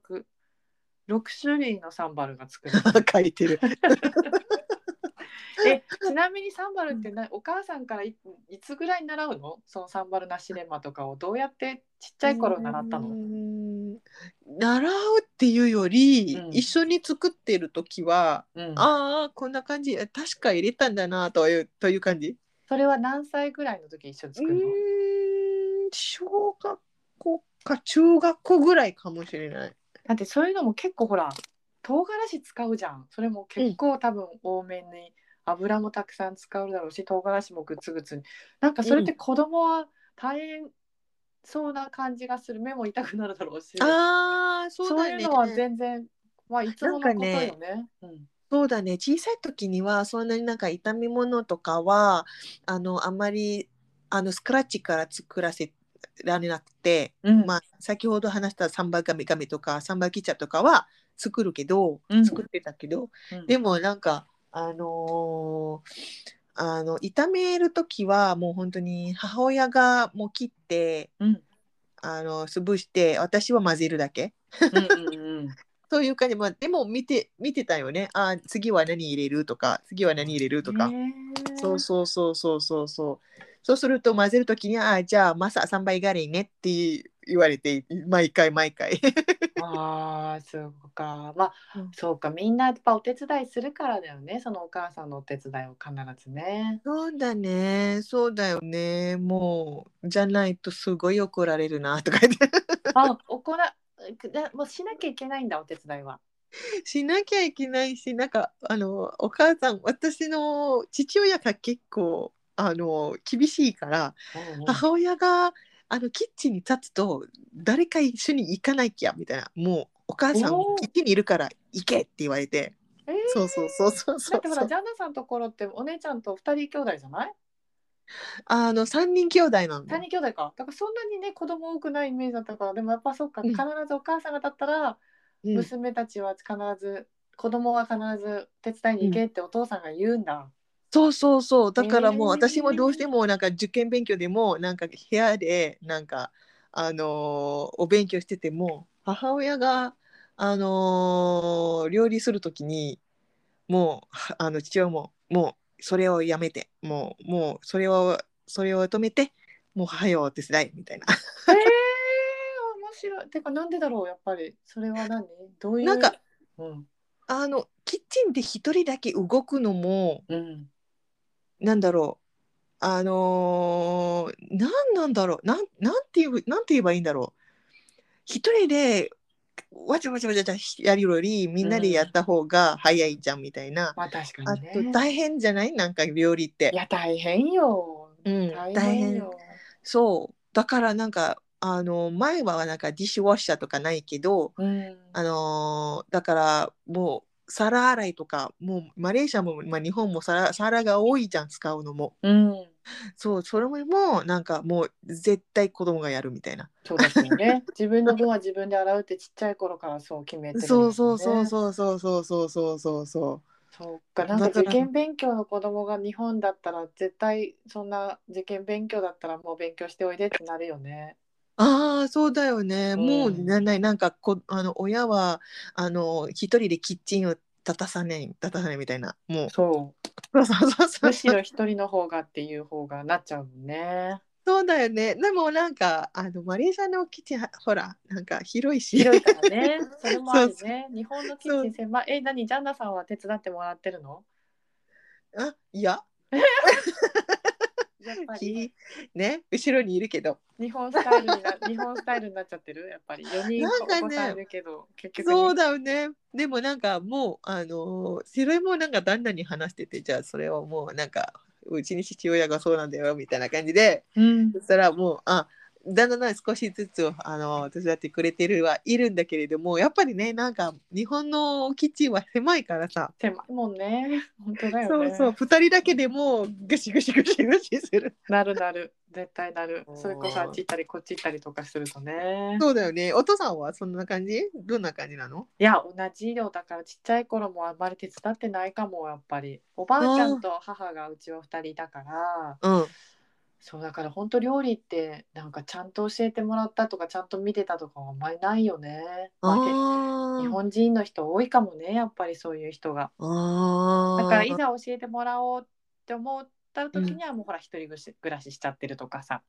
S2: 6種類のサンバルが 作る
S1: 書いてる。
S2: えちなみにサンバルってなお母さんからいいつぐらい習うのそのサンバルナシレマとかをどうやってちっちゃい頃習ったの、
S1: うーん習うっていうより、
S2: うん
S1: 一緒に作ってる時は、
S2: うん
S1: ああこんな感じ確か入れたんだなというという感じ。
S2: それは何歳ぐらいの時一緒に
S1: う
S2: 作るの、
S1: ーん小学校か中学校ぐらいかもしれない。
S2: だってそういうのも結構ほら唐辛子使うじゃんそれも結構多分多めに油もたくさん使うだろうし唐辛子もグツグツになんかそれって子供は大変そうな感じがする目も痛くなるだろうし
S1: ああそ
S2: そうう
S1: だ
S2: い
S1: ね
S2: うのは全然まあいつものことよねうん
S1: そうだね小さい時にはそんなになんか炒め物とかはあのあんまりあのスクラッチから作らせられなくて。
S2: うん
S1: まあ、先ほど話したサンバガミガミとかサンバキチャとかは作るけど、
S2: うん
S1: 作ってたけど、
S2: うん
S1: でもなんかあのーあの炒める時はもう本当に母親がもう切って
S2: うん
S1: あの潰して私は混ぜるだけ
S2: うんうん うん
S1: という感じ、まあ、でも見て見てたよねあー次は何入れるとか次は何入れるとか。
S2: ねえ
S1: そうそうそうそうそうそう。そうすると混ぜるときに、あじゃあマサ3倍ガレーねって言われて、毎回毎回。
S2: ああそうかまあ、
S1: うん
S2: そうかみんなやっぱお手伝いするからだよねそのお母さんのお手伝いを必ずね
S1: そうだね、そうだよね、もう、じゃないとすごい怒られるなとか言って。
S2: あ怒らくだもうしなきゃいけないんだお手伝いは
S1: しなきゃいけないし、なんか、あの、お母さん、私の父親が結構、あの、厳しいから、母親が、あの、キッチンに立つと、誰か一緒に行かなきゃ、みたいな、もう、お母さん
S2: おー、
S1: キッチンにいるから行けって言われて。
S2: え
S1: そうそうそうそう
S2: だ
S1: そ
S2: っ
S1: う
S2: てほらジャンナさんのところってお姉ちゃんと二人兄弟じゃない
S1: あの三人兄弟なん
S2: 二
S1: だ
S2: 人兄弟かだからそんなにね子供多くないイメージだったからでもやっぱそっか
S1: うん
S2: 必ずお母さんがだったら
S1: うん
S2: 娘たちは必ず子供は必ず手伝いに行けってお父さんが言うんだ、
S1: そうそうそうだからもう
S2: えー
S1: 私もどうしてもなんか受験勉強でもなんか部屋でなんかあのーお勉強してても母親があのー料理するときにもうはあの父親ももうそれをやめてもうもうそれをそれを止めてもうはよお手伝いみたいな
S2: えー、面白いてかなんでだろうやっぱりそれは何どういう
S1: なんか、
S2: うん
S1: あのキッチンで一人だけ動くのも
S2: うん、
S1: なんだろうあのー、なんなんだろうなんなんていうなんて言えばいいんだろう一人でわちゃわちゃわちゃわちゃやるよりみんなでやった方が早いじゃんみたいな、
S2: まあ確か
S1: あ
S2: にね
S1: と大変じゃないなんか料理って
S2: い、や大変よ
S1: うん、
S2: 大
S1: 大
S2: 変
S1: 変
S2: よ
S1: そうだからなんかあの前はなんかディッシュウォッシャーとかないけど
S2: うん
S1: あのーだからもう皿洗いとかもうマレーシアも、まあ、日本も皿皿が多いじゃん使うのも。
S2: うん
S1: そう、それもなんかもう絶対子供がやるみたいな。
S2: そうですよ ね。自分の分は自分で洗うってちっちゃい頃からそう決めてるんですよ
S1: そ
S2: ね。
S1: うそうそうそうそうそうそうそうそうそう。
S2: そうかなんか
S1: だから
S2: 受験勉強の子供が日本だったら絶対そんな受験勉強だったらもう勉強しておいでってなるよね。
S1: ああ、そうだよね。
S2: うん
S1: もうなないなんかこあの親はあの一人でキッチンを立たさない立たさないみたいな。もう
S2: そ
S1: そうそうそう
S2: う。
S1: そう
S2: むしろ一人の方がっていう方がなっちゃうもんね。
S1: そうだよね。でもなんかあのマレーシアのキッチンはほらなんか広いし。
S2: 広いからね。 それもある
S1: そう
S2: ね。日本のキッチン狭い。え、何ジャンナさんは手伝ってもらってるの？
S1: あいや
S2: やっぱり
S1: きね後ろにいるけど。
S2: 日本スタイルにな日本スタイルになっちゃってる。やっぱり四人
S1: なんかね
S2: お子さんいるけど、結局
S1: そうだよね。でもなんかもうあのーそれもなんか旦那に話しててじゃあそれをもうなんかうちに父親がそうなんだよみたいな感じで
S2: うん
S1: そしたらもうあだんだんだんだん少しずつあの手伝ってくれてるはいるんだけれどもやっぱりねなんか日本のキッチンは狭いからさ、
S2: 狭いもんね。 本当だよ
S1: そ
S2: ね。
S1: うそう2人だけでもうぐしぐしぐしぐしする
S2: なるなる。絶対なる
S1: う。ん
S2: それこそあっち行ったりこっち行ったりとかするとね。
S1: そうだよねお父さんはそんな感じどんな感じなの
S2: いや、同じ量だからちっちゃい頃もあんまり手伝ってないかも、やっぱり。おばあちゃんと母がうちは二人いたから。
S1: うん
S2: そうだから本当料理ってなんかちゃんと教えてもらったとかちゃんと見てたとかはあんまりないよね。まあへ
S1: あ
S2: 日本人の人多いかもねやっぱりそういう人が。
S1: あ
S2: だからい
S1: ー
S2: ざ教えてもらおうって思った時にはもうほら一人暮らししちゃってるとかさ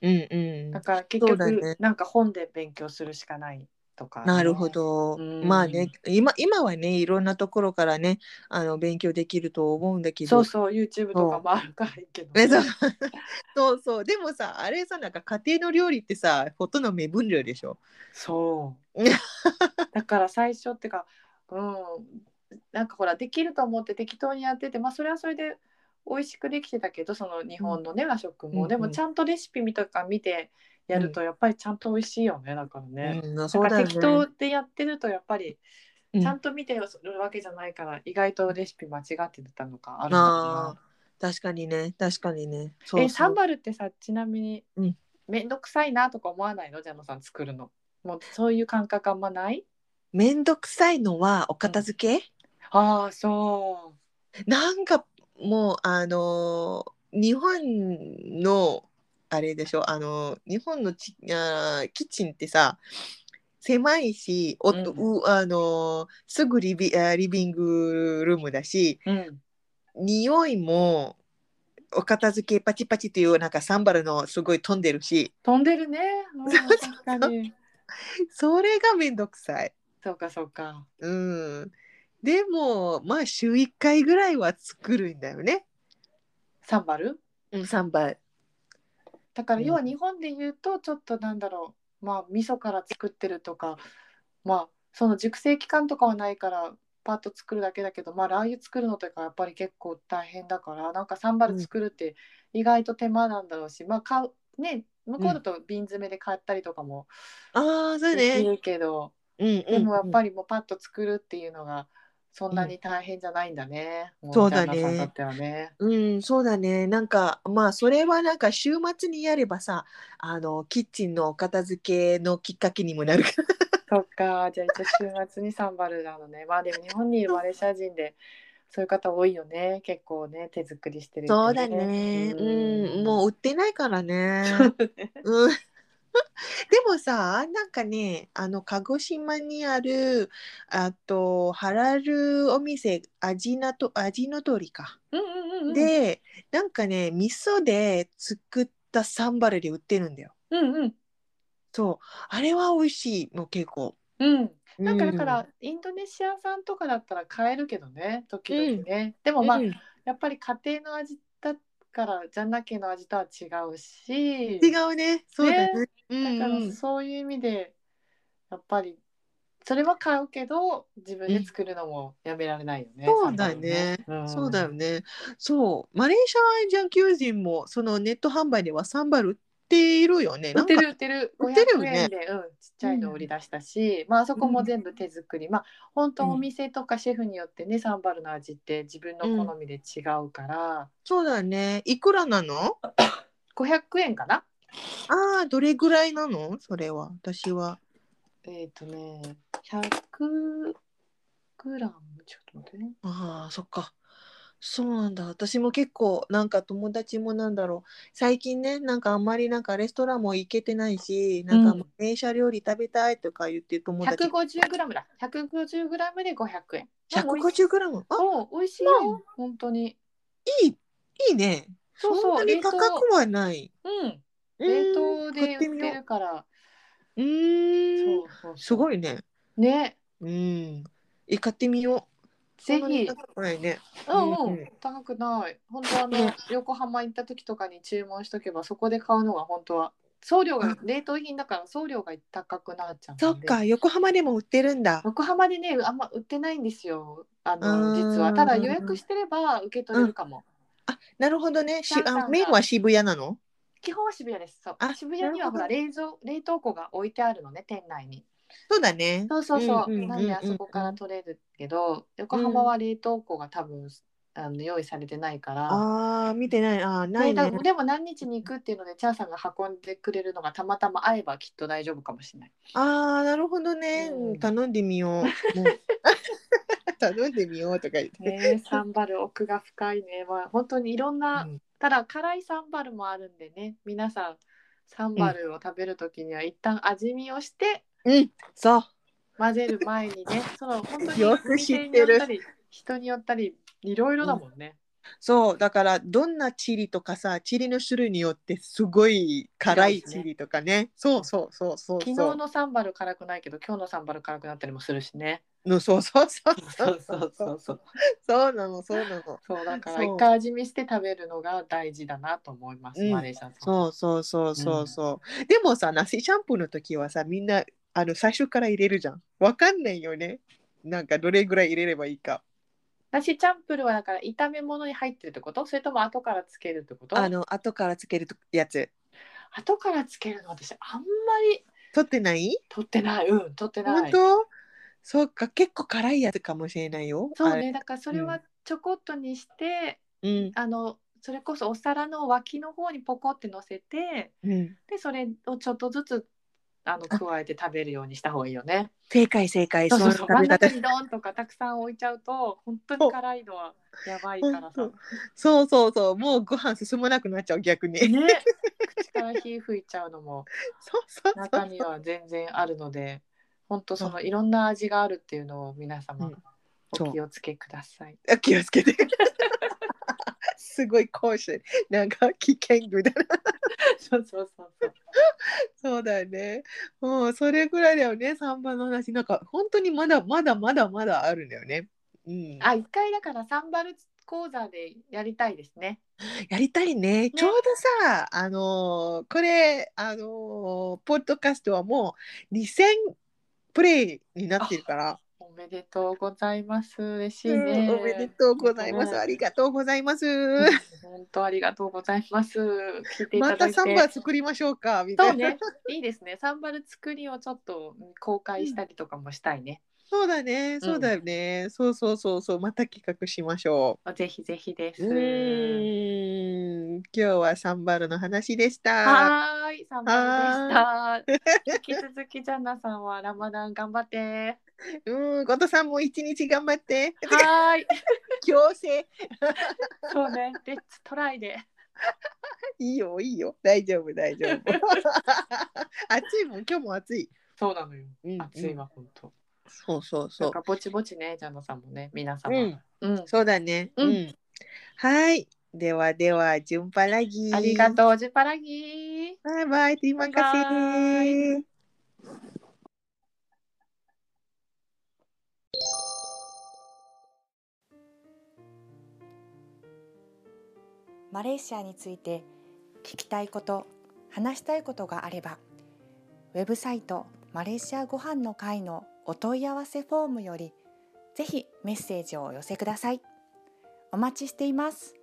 S1: うんうん
S2: だから結局、
S1: そうだね
S2: なんか本で勉強するしかないとかね、
S1: なるほど、
S2: うん
S1: まあね今今はねいろんなところからねあの勉強できると思うんだけど
S2: そうそう YouTube とかもあるからいいけどね、
S1: ねそうそうそうでもさあれさなんか家庭の料理ってさほとんど目分量でしょ
S2: そうだから最初ってかうんなんかほらできると思って適当にやっててまあそれはそれで美味しくできてたけどその日本のね和食も、
S1: うん
S2: で
S1: う
S2: も
S1: ん
S2: ちゃんとレシピ見とか見てやるとやっぱりちゃんと美味しいよねだからね、
S1: うん、
S2: だ
S1: そう
S2: か
S1: だ
S2: ら
S1: よね
S2: 適当でやってるとやっぱり
S1: うん
S2: ちゃんと見てるわけじゃないから、意外とレシピ間違ってたのかあるの
S1: あ
S2: か
S1: ー確かにね確かにね
S2: な
S1: そ
S2: え
S1: うそ
S2: サン
S1: う
S2: バルってさちなみに、
S1: うん
S2: めんどくさいなとか思わないのジャノさん作るのもうそういう感覚あんまない
S1: めんどくさいのはお片付け、
S2: ああそ
S1: なんかもうあのー日本のあれでしょあのー日本のちあーキッチンってさ狭いしお、
S2: うん
S1: うあのーすぐリビあーリビングルームだし
S2: う、うん、
S1: 匂いもお片付けパチパチっていうなんかサンバルのすごい飛んでるし
S2: 飛んでるね、うん、確かに
S1: それがめんどくさい。
S2: そうかそうか
S1: うん、でもまあ週1回ぐらいは作るんだよね。
S2: サンバル
S1: うん、サンバル
S2: だから
S1: うん
S2: 要は日本で言うとちょっとなんだろうまあ味噌から作ってるとかまあその熟成期間とかはないからパッと作るだけだけどまあラー油作るのとかやっぱり結構大変だからなんかサンバル作るって意外と手間なんだろうし、まあ買うね向こうだと瓶詰めで買ったりとかも
S1: ああそう
S2: でき
S1: ね。
S2: るけど、
S1: うんうんうん、
S2: でもやっぱりもうパッと作るっていうのがそんなに大変じゃないんだね、も
S1: そうだね
S2: 旦那さんにとってはね
S1: うん、そうだね。なんか、まあ、それはなんか週末にやればさ、あの、キッチンのお片付けのきっかけにもなるから。
S2: そっかじゃあ一応週末にサンバルなのねまあでも日本にいるマレーシア人でそういう方多いよね結構ね手作りしてる
S1: そ
S2: 人
S1: うだね。うん、もう売ってないから ね。
S2: ね
S1: うん。 でもさ、なんかね、あの、鹿児島にある、あと、ハラルお店、味なと、味の通りか。
S2: うんうんうんうん
S1: で、なんかね、味噌で作ったサンバルで売ってるんだよ。
S2: うんうん
S1: そう。あれは美味しい、もう結構。
S2: うんなんかだか
S1: う
S2: らインドネシア産とかだったら買えるけどね時々ね、でも
S1: ん
S2: まあ、
S1: うん
S2: やっぱり家庭の味だからジャンナケの味とは違うし
S1: 違うね。そうだね。うん
S2: だか
S1: うん
S2: らそういう意味でやっぱりそれは買うけど自分で作るのもやめられないよね。
S1: そうだね
S2: サンバル。ん
S1: そうだよね。そう。マレーシアジャンキュー人もそのネット販売ではサンバル売っているよね。
S2: 売って
S1: なんか
S2: る売ってる
S1: 売ってるよね
S2: 500円で、うん、ちっちゃいの売り出したし、まああそこも全部手作りまあ本当お店とかシェフによってねサンバルの味って自分の好みで違うから、
S1: そうだね。いくらなの？
S2: 500円かな
S1: ああ、どれぐらいなの？それは私は。
S2: えっ、ー、とね100グラムちょっと待ってね
S1: ああ、そっか。そうなんだ。私も結構なんか友達もなんだろう。最近ね、なんかあんまりなんかレストランも行けてないし、なんか
S2: うん
S1: マレーシア料理食べたいとか言ってる友達。
S2: 150グラムだ150グラムで500円
S1: 百五十グラム。あ、
S2: もう美味しい
S1: ま
S2: よ、本当に。
S1: いい、いいね。
S2: そうそう
S1: そんなに高くはない。
S2: うん。
S1: う
S2: 冷
S1: ん
S2: 凍で
S1: 買って
S2: 売っ
S1: み
S2: て
S1: よ
S2: るから。
S1: う。う
S2: そう
S1: ーん。
S2: そうそう
S1: すご
S2: い。
S1: いね。
S2: ね。
S1: うん。え、買ってみよう。そ
S2: ぜ
S1: んなに
S2: ひ。
S1: 高くないね。
S2: うんう
S1: うんん。
S2: 高くない。本当あの
S1: ね
S2: 横浜行った時とかに注文しとけばそこで買うのが本当は送料が冷凍品だから送料が高くなっちゃうんで。
S1: そっか、横浜でも売ってるんだ。
S2: 横浜でねあんま売ってないんですよ。あ
S1: う
S2: の
S1: ーん
S2: 実はただ予約してれば受け取れるかも。
S1: なるほどね。し
S2: シャンシャン
S1: あ、
S2: が
S1: メインは渋谷なの。
S2: 基本は渋谷です。そう
S1: あ
S2: 渋谷にはほら
S1: な
S2: 冷蔵冷凍庫が置いてあるのね店内に。
S1: そうだね。
S2: そうそうそう。
S1: うんうんうんうん
S2: なんであそこから取れるけど横浜は冷凍庫が多分あの用意されてないから。
S1: ああ、見てない。ああ、な
S2: で
S1: いね
S2: だ。でも何日に行くっていうのでチャンさんが運んでくれるのがたまたま会えばきっと大丈夫かもしれない。
S1: ああ、なるほどね。
S2: うん
S1: うん頼んでみよ う。もう頼んでみようとか言って。
S2: ねえ サンバル奥が深いね。まあ本当にいろんな、
S1: うん
S2: ただ辛いサンバルもあるんでね皆さんサンバルを食べる時には一旦味見をして
S1: うん、そう。
S2: 混ぜる前 にねその本当に
S1: よく知ってる
S2: お店によったり人によったりいろいろだもんね。
S1: そうだからどんなチリとかさチリの種類によってすごい辛いチリとかねそうそうそうそうそう
S2: 昨日のサンバル辛くないけど今日のサンバル辛くなったりもするしね。
S1: のそうそうそうそ
S2: そううそうそうそう。
S1: そうなのそうなの
S2: そうだから
S1: そう
S2: 一回味見して食べるのが大事だなと思います。
S1: うん
S2: マレーシアさん。
S1: そうそうそうそうそう、でもさナシシャンプーの時はさみんなあの最初から入れるじゃんわかんないよねなんかどれぐらい入れればいいか
S2: 私チャンプルはだから炒め物に入ってるってこと？それとも後からつけるってこと？
S1: あの後からつけるやつ
S2: 後からつけるの私あんまり
S1: 取ってない
S2: 取ってない。うん、取ってな
S1: 本
S2: い。
S1: 当そうか結構辛いやつかもしれないよ
S2: そうね。だからそれ
S1: う
S2: はちょこっとにして、
S1: あれ
S2: あのそれこそお皿の脇の方にポコって乗せて、
S1: うんうん
S2: でそれをちょっとずつあの加えて食べるようにした方がいいよね。
S1: 正解正解
S2: そうそう
S1: そ
S2: そうう。
S1: いう
S2: 真
S1: 食
S2: ん
S1: べ方
S2: 中にドーンとかたくさん置いちゃうと本当に辛いのはやばいから
S1: そ
S2: さ
S1: う。そうそうそう、もうご飯進まなくなっちゃう逆に。
S2: ね。口から火吹いちゃうのも
S1: そうそうそう。
S2: 中には全然あるので、本当そのいろんな味があるっていうのを皆様
S1: うんそう
S2: お気をつけください。
S1: あ気をつけて。すごい講師、なんか危険具だな。
S2: そうそうそうそう。
S1: そうだよね。もうそれぐらいだよね、三番の話、なんか本当にまだまだまだまだあるんだよね。うん、
S2: あ、一回だからサンバル講座でやりたいですね。
S1: やりたいねちょうどさあのーこれあのーポッドキャストはもう2000プレイになってるから
S2: おめでとうございます。嬉しいね。
S1: うんおめでとうございます、ありがとうございます、
S2: うん。本当ありがとうございます。聞いてい
S1: ま
S2: ただ
S1: た
S2: い
S1: サン
S2: て。
S1: バ作りましょうか みた
S2: そう
S1: いな。
S2: ね。いいですね。サンバル作りをちょっとうん公開したりとかもしたいね。
S1: そうだね、そうだよね、そうそうそうそう、また企画しましょ
S2: ぜひぜひで
S1: う。
S2: す。
S1: うーん、今日はサンバルの話でした。
S2: はーい、サンバルでした。引き続きジャンナさんはラマダン頑張 って。
S1: うん、後藤さんも一日頑張って、
S2: はーい。
S1: 強制、
S2: そうね。レッツトライで。
S1: いいよ、いいよ、大丈夫、大丈夫。 暑いもん、今日も暑い。
S2: そうなのよ。
S1: うん、
S2: 暑い
S1: うん
S2: わ、本当。
S1: そうそう
S2: な
S1: そ
S2: ん
S1: う
S2: か。ぼちぼちね、ジャンナさんもね、皆様。
S1: うん、
S2: うん
S1: そうだね。
S2: うん
S1: んはい、ではでは、順パラギ。
S2: ありがとう、ジパラギー。
S1: バイバイ、ティーマンカシ
S2: バイ
S1: ー。
S3: マレーシアについて聞きたいこと話したいことがあればウェブサイトマレーシアご飯の会のお問い合わせフォームよりぜひメッセージをお寄せくださいお待ちしています